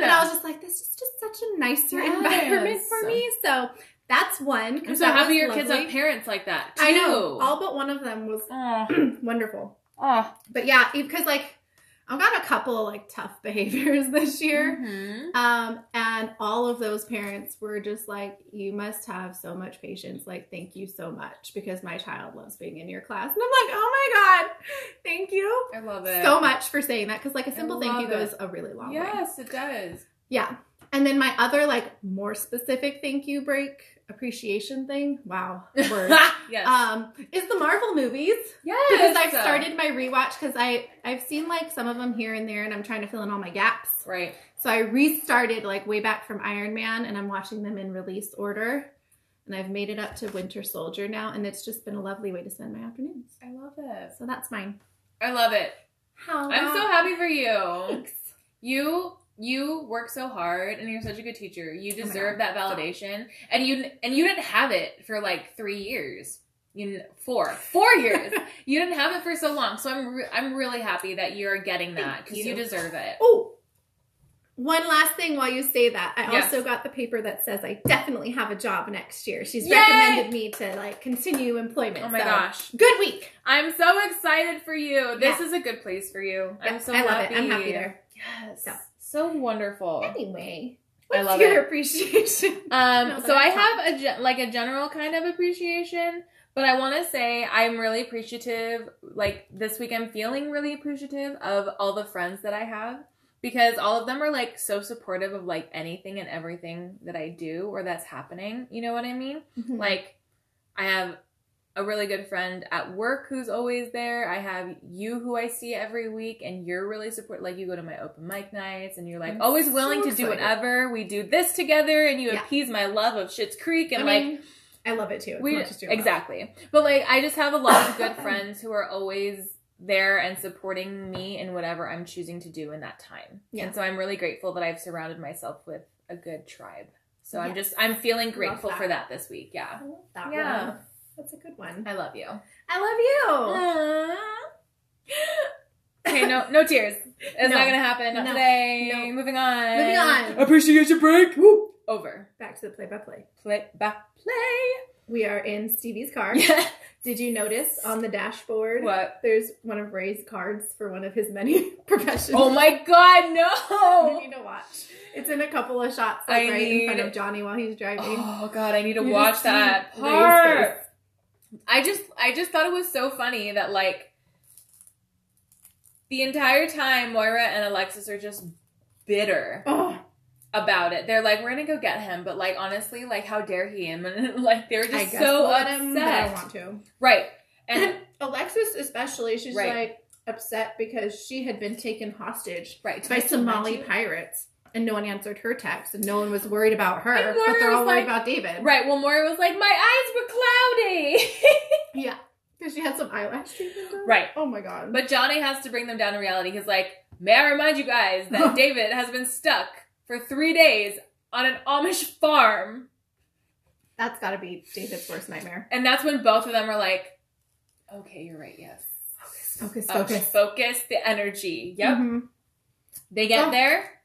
S2: And I was just like, this is just such a nicer
S1: Yes.
S2: environment for me. So that's one. 'cause
S1: I'm so
S2: that
S1: happy
S2: was
S1: your kids
S2: lovely.
S1: have parents like that. Too.
S2: I know. All but one of them was
S1: Oh,
S2: wonderful.
S1: oh.
S2: But yeah, because like I've got a couple like tough behaviors this year.
S1: Mhm.
S2: Um, and all of those parents were just like, you must have so much patience. Like, thank you so much because my child loves being in your class. And I'm like, oh my God, thank you
S1: I love it
S2: so much for saying that because like a
S1: I
S2: simple thank you
S1: love
S2: goes a really long way.
S1: Yes, it does.
S2: Yeah. And then my other like more specific thank you break appreciation thing. Wow. Word.
S1: yes.
S2: um is the Marvel movies
S1: yes.
S2: because I've started my rewatch cuz I I've seen like some of them here and there and I'm trying to fill in all my gaps.
S1: Right.
S2: So I restarted like way back from Iron Man and I'm watching them in release order. And I've made it up to Winter Soldier now and it's just been a lovely way to spend my afternoons.
S1: I love it.
S2: So that's mine.
S1: I love it.
S2: How
S1: I'm so
S2: about-
S1: happy for you.
S2: Thanks.
S1: You you work so hard and you're such a good teacher. You
S2: my
S1: deserve that validation. And you and you didn't have it for like 3 years. You four. 4 years. You didn't have it for so long, so I'm re- I'm really happy that you're getting that
S2: Thank
S1: because
S2: you.
S1: you. deserve it.
S2: Oh, one last thing while you say that. I
S1: Yes.
S2: also got the paper that says I definitely have a job next year. She's
S1: Yay!
S2: recommended me to like continue employment.
S1: Oh my
S2: so,
S1: gosh,
S2: Good week.
S1: I'm so excited for you. This
S2: Yeah.
S1: is a good place for you.
S2: Yeah,
S1: I'm so
S2: I love
S1: happy.
S2: it. I'm happy there.
S1: Yes,
S2: So.
S1: so wonderful.
S2: Anyway,
S1: I
S2: what's
S1: love
S2: your appreciation?
S1: Um,
S2: No, but
S1: so I
S2: I
S1: have a gen- like a general kind of appreciation, but I want to say I'm really appreciative. Like this week, I'm feeling really appreciative of all the friends that I have because all of them are like so supportive of like anything and everything that I do or that's happening. You know what I mean? Like, I have a really good friend at work who's always there. I have you who I see every week, and you're really support. Like, you go to my open mic nights, and you're like
S2: I'm
S1: always
S2: so
S1: willing to do
S2: excited.
S1: whatever. We do this together, and you
S2: Yeah.
S1: appease my love of Schitt's Creek, and
S2: I
S1: like.
S2: mean, I love it too. It's
S1: We
S2: not just your love.
S1: exactly, but like I just have a lot of good friends who are always there and supporting me in whatever I'm choosing to do in that time.
S2: Yeah.
S1: And so I'm really grateful that I've surrounded myself with a good tribe. So I'm
S2: Yes.
S1: just I'm feeling grateful
S2: that.
S1: for that this week. Yeah.
S2: I love that
S1: Yeah. Uh.
S2: one. That's a good one.
S1: I love you.
S2: I love you.
S1: okay, no no tears. It's
S2: No.
S1: not gonna happen. Not
S2: No.
S1: today.
S2: No.
S1: Moving on.
S2: Moving on.
S1: Appreciation break. Woo. Over.
S2: Back to the play-by-play.
S1: Play back play.
S2: We are in Stevie's car. Did you notice on the dashboard?
S1: what?
S2: There's one of Ray's cards for one of his many professions.
S1: Oh my god,
S2: You
S1: no!
S2: need to watch. It's in a couple of shots, like,
S1: I
S2: right in front
S1: need-
S2: of Johnny while he's driving.
S1: Oh god, I need to
S2: You
S1: watch
S2: just see
S1: that
S2: Ray's
S1: part.
S2: face.
S1: I just I just thought it was so funny that like the entire time Moira and Alexis are just bitter
S2: Oh,
S1: about it. They're like, we're gonna go get him, but like honestly, like how dare he? And then, like they were
S2: I
S1: just
S2: guess
S1: so
S2: we'll let him, but I
S1: upset,
S2: don't want to.
S1: right? And
S2: Alexis, especially, she's
S1: Right.
S2: like upset because she had been taken hostage
S1: right
S2: by
S1: Did I
S2: Somali
S1: mention-
S2: pirates, and no one answered her text, and no one was worried about her,
S1: And
S2: but
S1: Moira
S2: they're all
S1: was
S2: worried
S1: like-
S2: about David,
S1: Right. Well, Moira was like, my eyes were cloudy.
S2: Yeah, because she had some eyelash treatment. done.
S1: right.
S2: Oh my god.
S1: But Johnny has to bring them down to reality. He's like, may I remind you guys that David has been stuck for three days on an Amish farm.
S2: That's got to be David's worst nightmare.
S1: And that's when both of them are like, okay, you're right, yes.
S2: Focus,
S1: Uh, focus the energy. Yep.
S2: Mhm.
S1: They get
S2: Oh.
S1: there.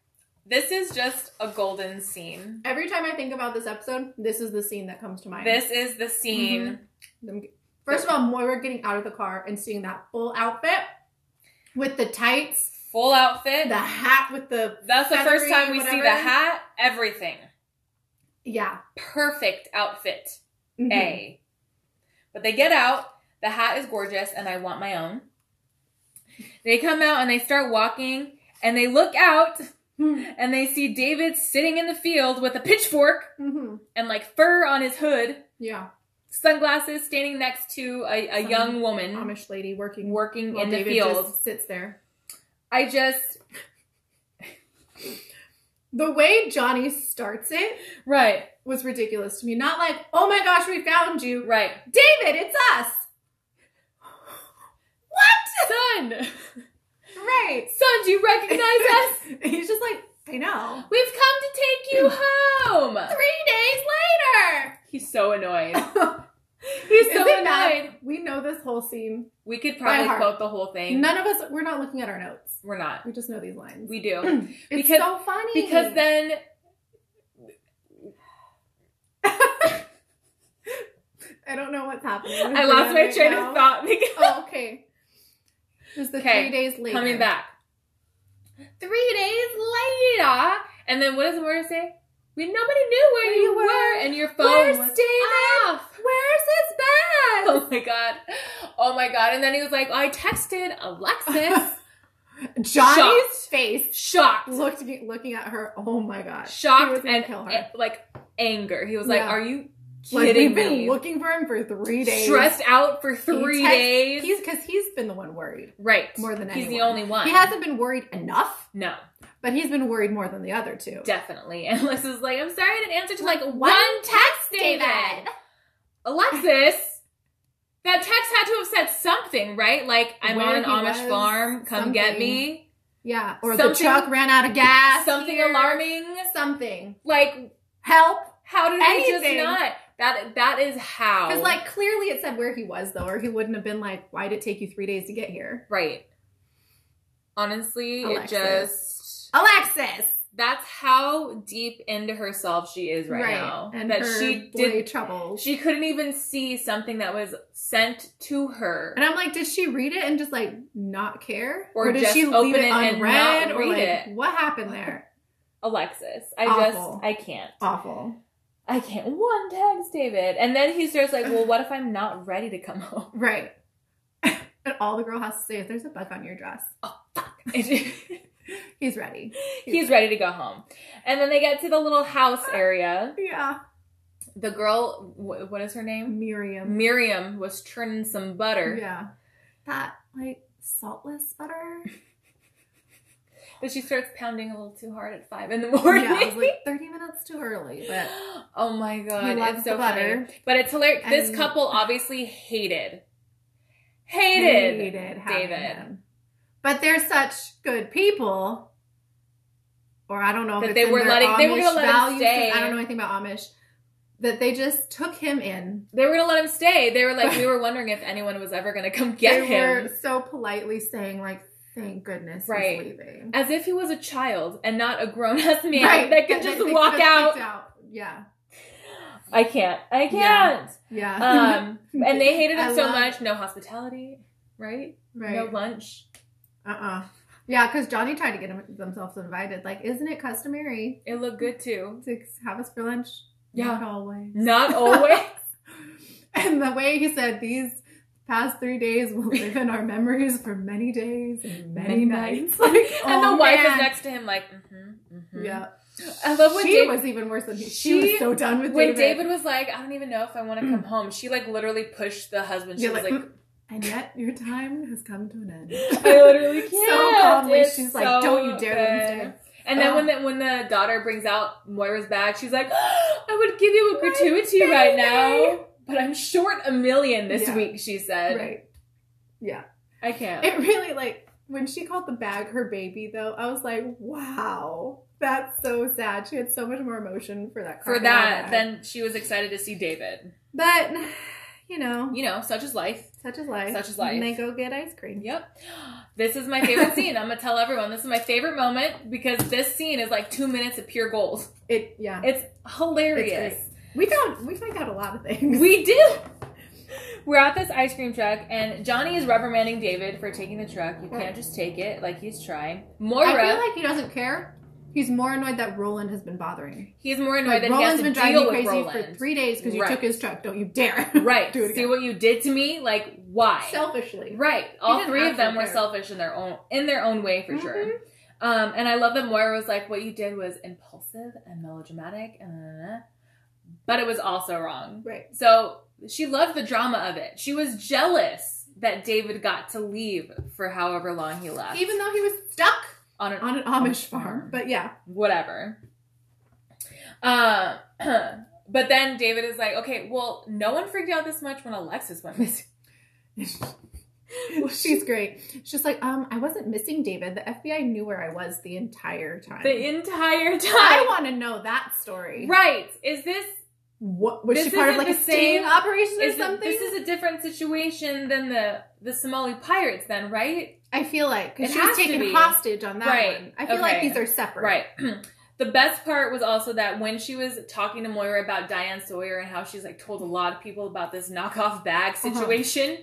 S1: This is just a golden scene.
S2: Every time I think about this episode, this is the scene that comes to mind.
S1: This is the scene.
S2: Mm-hmm. Them- First of all, Moira getting out of the car and seeing that full outfit with the tights,
S1: Full outfit.
S2: the hat with the
S1: that's the first
S2: feathery,
S1: time we see the
S2: whatever.
S1: hat, everything.
S2: yeah.
S1: Perfect outfit.
S2: Mhm.
S1: A. But they get out. The hat is gorgeous, and I want my own. They come out and they start walking, and they look out
S2: Mhm.
S1: and they see David sitting in the field with a pitchfork
S2: Mhm.
S1: and like fur on his hood,
S2: Yeah.
S1: sunglasses, standing next to a, a
S2: Some
S1: young woman
S2: Amish lady working
S1: working
S2: while
S1: in the
S2: David
S1: field.
S2: just sits there.
S1: I just
S2: The way Johnny starts it
S1: right,
S2: was ridiculous to me. Not like, "Oh my gosh, we found you,
S1: right,
S2: David, it's us."
S1: son,
S2: Right.
S1: son, do you recognize us?
S2: He's just like, I know.
S1: We've come to take you home.
S2: Three days later.
S1: He's so annoyed.
S2: He's
S1: so annoyed.
S2: We know this whole scene.
S1: We could
S2: By
S1: probably
S2: heart.
S1: quote the whole thing.
S2: None of us, we're not looking at our notes.
S1: We're not.
S2: We just know these lines.
S1: We do
S2: it's
S1: because-
S2: so funny.
S1: because then
S2: I don't know what's happening.
S1: I lost my
S2: Right
S1: train
S2: now.
S1: of thought because.
S2: Oh, okay. There's the
S1: Okay,
S2: three days later.
S1: Coming back. Three days later. And then what does Moira say? We nobody knew where,
S2: Where
S1: you,
S2: you
S1: were,
S2: were.
S1: and your phone
S2: Where's
S1: was
S2: David?
S1: off.
S2: Where's his bag?
S1: Oh my god. Oh my god. And then he was like, I texted Alexis.
S2: Johnny's face
S1: Shocked.
S2: looked at me- looking at her. Oh my gosh. He was
S1: Shocked
S2: gonna
S1: and
S2: kill her.
S1: and, like anger. He was like,
S2: Yeah.
S1: Are you
S2: like
S1: kidding
S2: we've been
S1: me?
S2: looking for him for three days.
S1: Stressed out for
S2: He
S1: three
S2: text-
S1: days.
S2: He's because he's been the one worried.
S1: right.
S2: more than
S1: He's the
S2: anyone.
S1: only one.
S2: He hasn't been worried enough,
S1: no,
S2: but he's been worried more than the other two.
S1: definitely. And Alexis is like, I'm sorry I didn't answer to like
S2: One
S1: one text, David. Alexis, that text had to have said something, right? Like, I'm
S2: Where
S1: on an
S2: he
S1: Amish
S2: was,
S1: farm, come get me.
S2: Yeah. Or the
S1: Something-
S2: truck ran out of gas.
S1: Something
S2: here.
S1: alarming.
S2: Something.
S1: Like,
S2: Help.
S1: how did we
S2: Anything.
S1: just not? That that is how.
S2: Because like clearly it said where he was though, or he wouldn't have been like, why did it take you three days to get here?
S1: right. Honestly,
S2: Alexis.
S1: it just
S2: Alexis.
S1: that's how deep into herself she is right, now.
S2: And
S1: that
S2: her
S1: she
S2: boy
S1: did
S2: troubles.
S1: she couldn't even see something that was sent to her.
S2: and I'm like, did she read it and just like not care,
S1: Or
S2: did
S1: just
S2: she
S1: open
S2: leave it
S1: it and
S2: unread,
S1: not
S2: or
S1: read
S2: like
S1: it?
S2: what happened there?
S1: Alexis, I
S2: Awful.
S1: just I can't.
S2: Awful.
S1: I can't one text David. And then he starts like, well, what if I'm not ready to come home?
S2: Right. and all the girl has to say is, "There's a bug on your dress." He's ready.
S1: He's ready to go home. And then they get to the little house area.
S2: Yeah.
S1: The girl, wh- what is her name?
S2: Miriam.
S1: Miriam was churning some butter.
S2: Yeah. That like saltless butter.
S1: But she starts pounding a little too hard at five in the morning.
S2: Yeah, it was like 30 minutes too early, but
S1: oh my
S2: he
S1: god,
S2: loves
S1: it's so
S2: the butter.
S1: funny. But it's hilarious. this
S2: And-
S1: couple obviously hated. Hated.
S2: Hated, having
S1: David.
S2: him. But they're such good people. or I don't know if
S1: That
S2: it's
S1: they
S2: in
S1: were
S2: their
S1: letting-
S2: Amish
S1: they were gonna let him
S2: values, 'cause
S1: stay.
S2: I don't know anything about Amish. That they just took him in.
S1: They were gonna let him stay. They were like, we were wondering if anyone was ever gonna come
S2: they
S1: get him.
S2: were so politely saying like, "Thank goodness
S1: Right.
S2: he's leaving."
S1: As if he was a child and not a grown ass man
S2: Right,
S1: that could
S2: they-
S1: just
S2: they could've
S1: walk
S2: kicked
S1: out.
S2: Yeah,
S1: I can't. I
S2: Yeah.
S1: can't.
S2: yeah.
S1: Um, and they hated
S2: I
S1: him so
S2: love-
S1: much. No hospitality, right?
S2: right.
S1: No lunch.
S2: Uh-uh. Yeah, because Johnny tried to get him, themselves invited. Like, isn't it customary
S1: It looked good too.
S2: to have us for lunch?
S1: Yeah.
S2: Not always.
S1: Not always.
S2: And the way he said, these past three days will live in our memories for many days and many, nights.
S1: and
S2: oh,
S1: the wife
S2: man.
S1: is next to him, like, mm-hmm, mm-hmm.
S2: Yeah.
S1: I love when
S2: she
S1: David,
S2: was even worse than he. She,
S1: She-
S2: was so done with
S1: when
S2: David. Mm.
S1: David was like, I don't even know if I want to come home. She like literally pushed the husband. She
S2: You're
S1: was
S2: like,
S1: like,
S2: "Mm, and yet your time has come to an end.
S1: I literally can't.
S2: So calmly,
S1: It's
S2: she's like,
S1: so
S2: don't you dare let him
S1: bad."
S2: stay.
S1: And then
S2: Oh.
S1: when the when the daughter brings out Moira's bag, she's like, "Oh, I would give you a
S2: My
S1: gratuity right
S2: baby.
S1: now, but I'm short a million this
S2: Yeah.
S1: week. She said,
S2: Right. Yeah.
S1: I can't.
S2: It really like when she called the bag her baby though, I was like, wow, that's so sad. She had so much more emotion for that.
S1: For
S2: crocodile
S1: that,
S2: bag.
S1: then she was excited to see David.
S2: but you know,
S1: You know, such is life.
S2: such is life.
S1: Such is life.
S2: And they go get ice cream.
S1: Yep. This is my favorite scene. I'm gonna tell everyone this is my favorite moment because this scene is like two minutes of pure gold.
S2: It yeah.
S1: It's hilarious.
S2: It's We got we find out a lot of things.
S1: We do. We're at this ice cream truck, and Johnny is reprimanding David for taking the truck. You can't
S2: Right.
S1: just take it, like he's trying.
S2: I
S1: Moira,
S2: feel like he doesn't care. He's more annoyed that Roland has been bothering. him.
S1: he's more annoyed
S2: Like,
S1: that he
S2: Roland's been
S1: has to deal
S2: driving you
S1: with
S2: crazy
S1: Roland.
S2: for three days because you
S1: Right.
S2: took his truck. Don't you dare!
S1: right.
S2: Do it
S1: See
S2: again.
S1: what you did to me? Like why?
S2: Selfishly.
S1: right. All
S2: didn't
S1: three of
S2: ask
S1: them
S2: for
S1: were
S2: care.
S1: selfish in their own in their own way for sure.
S2: Mhm.
S1: Um, and I love that Moira was like, "What you did was impulsive and melodramatic, and but it was also wrong."
S2: Right.
S1: So she loved the drama of it. She was jealous that David got to leave for however long he left.
S2: Even though he was stuck
S1: on an
S2: on an Amish
S1: Mm-hmm.
S2: farm, but yeah,
S1: whatever. Uh, but then David is like, okay, well, no one freaked out this much when Alexis went missing.
S2: Well, she's great. She's like, um, I wasn't missing David. The FBI knew where I was the entire time.
S1: The entire
S2: I
S1: time.
S2: want to know that story.
S1: Right. Is this
S2: What was
S1: This
S2: she part of
S1: isn't
S2: like a
S1: the same-
S2: sting operation or
S1: is it,
S2: something?
S1: this is a different situation than the the Somali pirates then, right?
S2: I feel like
S1: It
S2: because she
S1: has
S2: was
S1: to
S2: taken
S1: be.
S2: hostage on that
S1: Right.
S2: one. I feel like
S1: Okay.
S2: these are separate.
S1: Right. the best part was also that when she was talking to Moira about Diane Sawyer and how she's like told a lot of people about this knockoff bag
S2: Uh-huh.
S1: situation,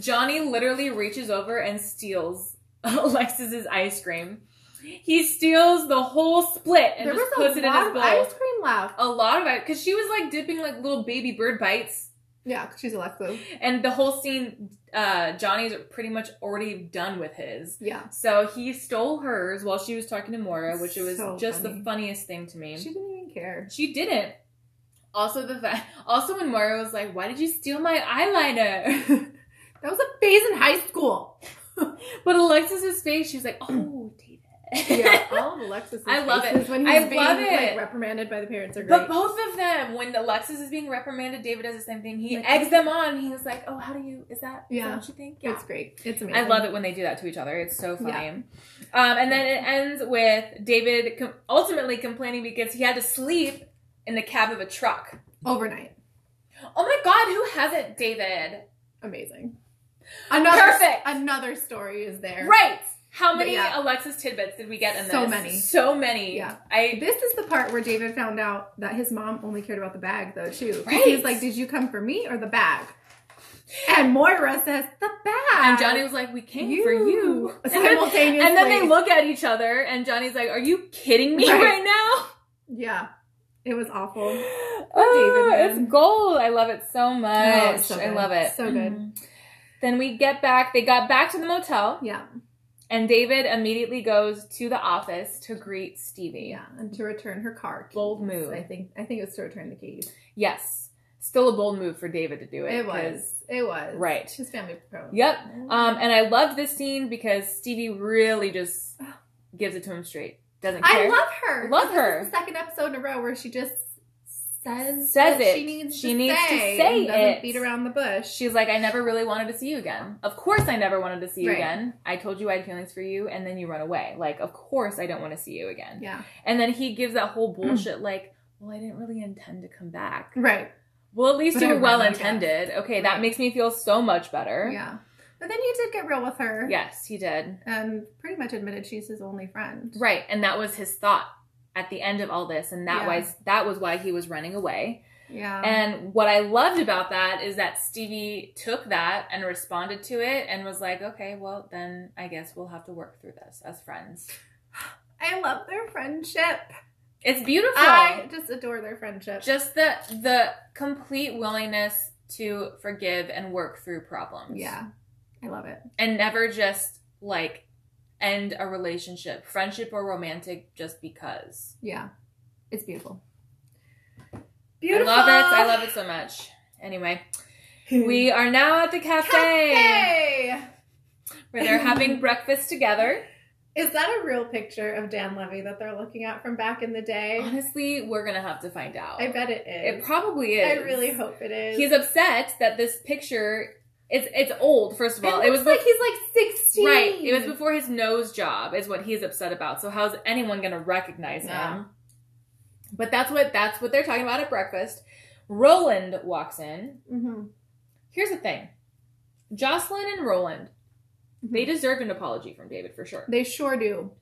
S1: Johnny literally reaches over and steals Alexis's ice cream. He steals the whole split and
S2: there
S1: just
S2: was
S1: puts
S2: a
S1: it in
S2: lot
S1: his
S2: of
S1: bowl.
S2: ice cream left.
S1: a lot of it because she was like dipping like little baby bird bites,
S2: Yeah, 'cause she's Alexa.
S1: and the whole scene, uh, Johnny's pretty much already done with his.
S2: Yeah,
S1: So he stole hers while she was talking to Moira, which it was
S2: So
S1: just the
S2: funny.
S1: funniest thing to me.
S2: she didn't even care.
S1: She didn't. Also the fact also when Mario was like, Why did you steal my eyeliner?
S2: That was a phase in high school.
S1: But Alexis's face, she was like, Oh David.
S2: Yeah, all of Alexis.
S1: I love it.
S2: When
S1: I
S2: he's being
S1: love it.
S2: like reprimanded by the parents are great.
S1: But both of them, when Alexis is being reprimanded, David does the same thing. He
S2: Like-
S1: eggs them on. He was like, "Oh, how do you? Is that? Is
S2: Yeah.
S1: that what you think? Yeah,
S2: It's great. It's amazing.
S1: I love it when they do that to each other. It's so funny.
S2: Yeah.
S1: Um, and then it ends with David com- ultimately complaining because he had to sleep in the cab of a truck.
S2: Overnight.
S1: Oh my God, who hasn't, David?
S2: Amazing. Another
S1: Perfect.
S2: another story is there.
S1: Right. How many
S2: Yeah.
S1: Alexis tidbits did we get in this?
S2: So many.
S1: So many.
S2: Yeah.
S1: I
S2: This is the part where David found out that his mom only cared about the bag though too. 'Cause
S1: Right.
S2: He's like, "Did you come for me or the bag?" And Moira says, "The bag."
S1: and Johnny was like, "We came for you."
S2: Simultaneously.
S1: And then they look at each other, and Johnny's like, "Are you kidding me right,
S2: Right.
S1: now?"
S2: Yeah. It was awful.
S1: Oh,
S2: David, man.
S1: it's gold. I love it so much.
S2: Oh, it's so
S1: I
S2: good.
S1: love it.
S2: So good.
S1: Mm. Then we get back. They got back to the motel,
S2: Yeah.
S1: and David immediately goes to the office to greet Stevie.
S2: Yeah. And to return her car. keys,
S1: Bold move.
S2: I think I think it was to return the keys.
S1: Yes, still a bold move for David to do it.
S2: It
S1: 'cause-
S2: was. It was.
S1: Right.
S2: His family proposed.
S1: Yep. Um, and I loved this scene because Stevie really just gives it to him straight. Doesn't
S2: I
S1: care.
S2: love her.
S1: Love
S2: This is
S1: her.
S2: the second episode in a row where she just says,
S1: Says
S2: what
S1: it.
S2: she needs
S1: She
S2: to
S1: needs to
S2: say.
S1: say
S2: and doesn't
S1: it.
S2: beat around the bush.
S1: She's like, I never really wanted to see you again. Of course, I never wanted to see you
S2: Right.
S1: again. I told you I had feelings for you, and then you run away. Like, of course, I don't want to see you again.
S2: yeah.
S1: And then he gives that
S2: Mm.
S1: whole bullshit, like, well, I didn't really intend to come back.
S2: Right.
S1: Well, at least
S2: But
S1: you
S2: I
S1: were well
S2: really guessed.
S1: intended. Okay,
S2: Right.
S1: that makes me feel so much better.
S2: Yeah. But then you did get real with her.
S1: Yes, he did.
S2: And pretty much admitted she's his only friend.
S1: Right, and that was his thought at the end of all this, and that
S2: Yeah.
S1: was that was why he was running away.
S2: Yeah.
S1: and what I loved about that is that Stevie took that and responded to it and was like, "Okay, well then I guess we'll have to work through this as friends."
S2: I love their friendship.
S1: It's beautiful.
S2: I just adore their friendship.
S1: Just the the complete willingness to forgive and work through problems.
S2: yeah. I love it.
S1: and never just like end a relationship, friendship or romantic, just because.
S2: Yeah. It's beautiful.
S1: I love it. I love it so much. Anyway, we are now at the cafe,
S2: Cafe!
S1: where they're having breakfast together.
S2: Is that a real picture of Dan Levy that they're looking at from back in the day?
S1: Honestly, we're gonna have to find out.
S2: I bet it is.
S1: it probably is.
S2: I really hope it is.
S1: He's upset that this picture it's it's old. First of all,
S2: it,
S1: it,
S2: looks
S1: was
S2: like he's like 16.
S1: right. It was before his nose job is what he's upset about. So how's anyone gonna recognize
S2: Yeah.
S1: him? But that's what that's what they're talking about at breakfast. Roland walks in.
S2: Mhm.
S1: Here's the thing, Jocelyn and Roland. They
S2: They,
S1: deserved an apology from David for sure.
S2: sure do.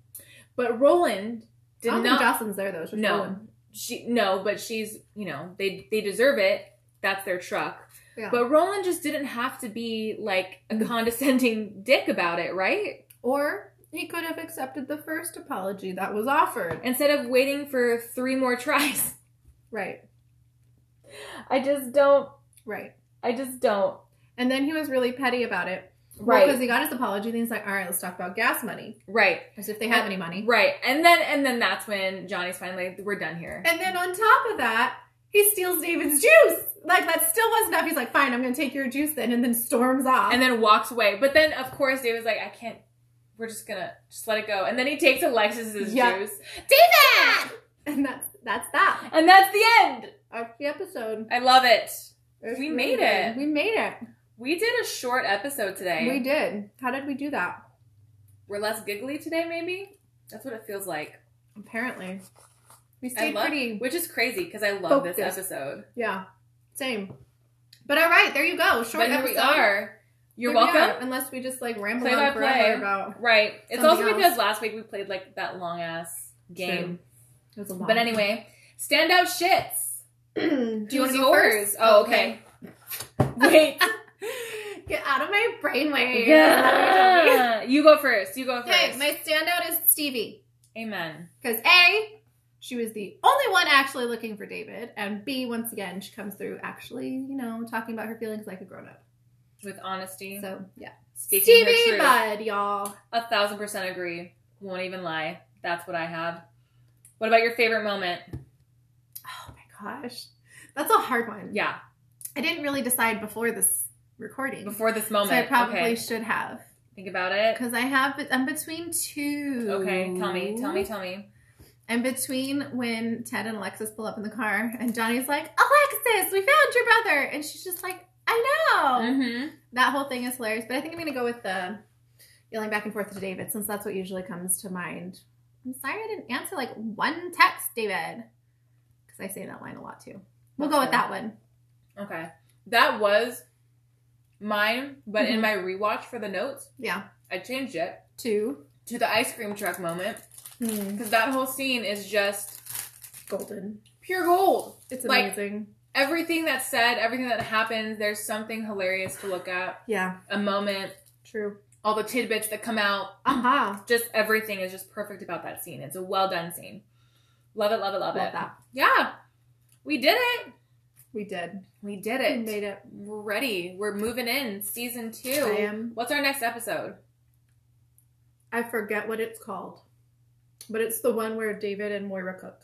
S1: But Roland did
S2: I don't
S1: not.
S2: think Jocelyn's there though. It's just
S1: no,
S2: Roland.
S1: she no, but she's you know they they deserve it. That's their truck.
S2: Yeah.
S1: But Roland just didn't have to be like a condescending dick about it, right?
S2: Or he could have accepted the first apology that was offered.
S1: Instead of waiting for three more tries.
S2: Right.
S1: I just don't.
S2: Right.
S1: I just don't.
S2: And then he was really petty about it.
S1: Right.
S2: Because he got his apology, then he's like, all right, let's talk about gas money.
S1: right.
S2: As if they have any money.
S1: Right. And then and then that's when Johnny's finally we're done here.
S2: And then on top of that, he steals David's juice. Like that still wasn't enough. He's like, fine, I'm gonna take your juice then, and then storms off.
S1: and then walks away. But then, of course, David's like, I can't. We're just gonna just let it go. And then he takes Alexis's
S2: Yeah.
S1: juice. David,
S2: and that's that's that.
S1: and that's the end.
S2: That's the episode.
S1: I love it.
S2: It's
S1: We made it.
S2: good. We made it.
S1: We did a short episode today.
S2: We did. How did we do that?
S1: We're less giggly today, maybe. That's what it feels like.
S2: Apparently. We
S1: I
S2: stayed
S1: love,
S2: pretty
S1: which is crazy because I love this
S2: Focused.
S1: episode.
S2: Yeah. Same. But all right, there you go. Short
S1: but here
S2: episode.
S1: we are. You're
S2: Here we
S1: welcome.
S2: are, Unless we just like ramble
S1: Play
S2: on
S1: by
S2: forever
S1: play.
S2: about
S1: Right. It's
S2: Something
S1: also
S2: else.
S1: because last week we played like that long ass game.
S2: It was a lot.
S1: But anyway, standout shits.
S2: do
S1: Do you want to
S2: go
S1: do yours?
S2: first?
S1: Oh, okay. Wait.
S2: Get out of my brainwave.
S1: Yeah. you go first. You go first.
S2: Okay, my standout is Stevie.
S1: Amen.
S2: Because A, she was the only one actually looking for David. And B, once again, she comes through actually, you know, talking about her feelings like a grown up.
S1: With honesty.
S2: So, yeah.
S1: Speaking her
S2: Stevie
S1: truth.
S2: Bud, y'all.
S1: A thousand percent agree. Won't even lie. That's what I have. What about your favorite moment?
S2: Oh my gosh. That's a hard one.
S1: Yeah.
S2: I didn't really decide before this recording.
S1: Before this
S2: so I
S1: moment.
S2: probably
S1: okay.
S2: should have.
S1: Think about it.
S2: Because I have, I'm between two.
S1: Okay. Tell me. Tell me. Tell me.
S2: And between when Ted and Alexis pull up in the car, and Johnny's like, Alexis, we found your brother. And she's just like, I know.
S1: Mm-hmm.
S2: That whole thing is hilarious. But I think I'm going to go with the yelling back and forth to David, since that's what usually comes to mind. I'm sorry I didn't answer like one text, David. Because I say that line a lot too. We'll go with that one.
S1: Okay. That was mine, but
S2: Mm-hmm.
S1: in my rewatch for the notes,
S2: Yeah.
S1: I changed it
S2: Two. Hmm.
S1: to the ice cream truck moment because that whole scene is just
S2: Golden.
S1: pure gold.
S2: It's
S1: Like-
S2: amazing.
S1: Everything that's said, everything that happens, there's something hilarious to look at.
S2: yeah.
S1: A moment,
S2: True.
S1: all the tidbits that come out,
S2: Aha.
S1: just everything is just perfect about that scene. It's a well done scene. Love it, love it, love,
S2: Love
S1: it.
S2: that.
S1: Yeah, we did it.
S2: We did.
S1: We did
S2: We
S1: it.
S2: made it.
S1: We're ready. We're moving in season two.
S2: I am.
S1: What's our next episode?
S2: I forget what it's called, but it's the one where David and Moira cook.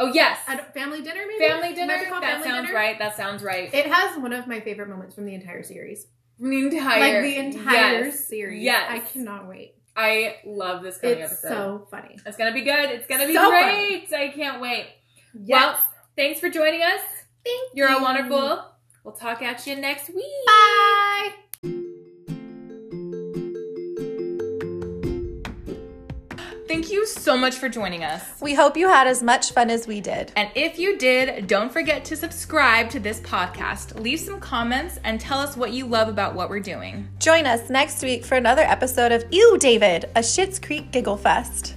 S1: Oh yes,
S2: I don't, family dinner, maybe?
S1: family dinner.
S2: Magical
S1: That sounds right. That sounds right.
S2: It has one of my favorite moments from the entire series.
S1: the entire,
S2: like the entire
S1: Yes.
S2: series.
S1: Yes.
S2: I cannot wait.
S1: I love this coming
S2: It's
S1: episode.
S2: so funny.
S1: It's gonna be good. It's gonna be
S2: So
S1: great. I can't wait.
S2: Yes.
S1: Well, Thanks for joining us.
S2: Thank
S1: You're
S2: you.
S1: all wonderful. We'll talk at you next week.
S2: Bye.
S1: Thank you so much for joining us.
S2: We hope you had as much fun as we did.
S1: And if you did, don't forget to subscribe to this podcast. Leave some comments and tell us what you love about what we're doing.
S2: Join us next week for another episode of Ew David, a Shits Creek Giggle Fest.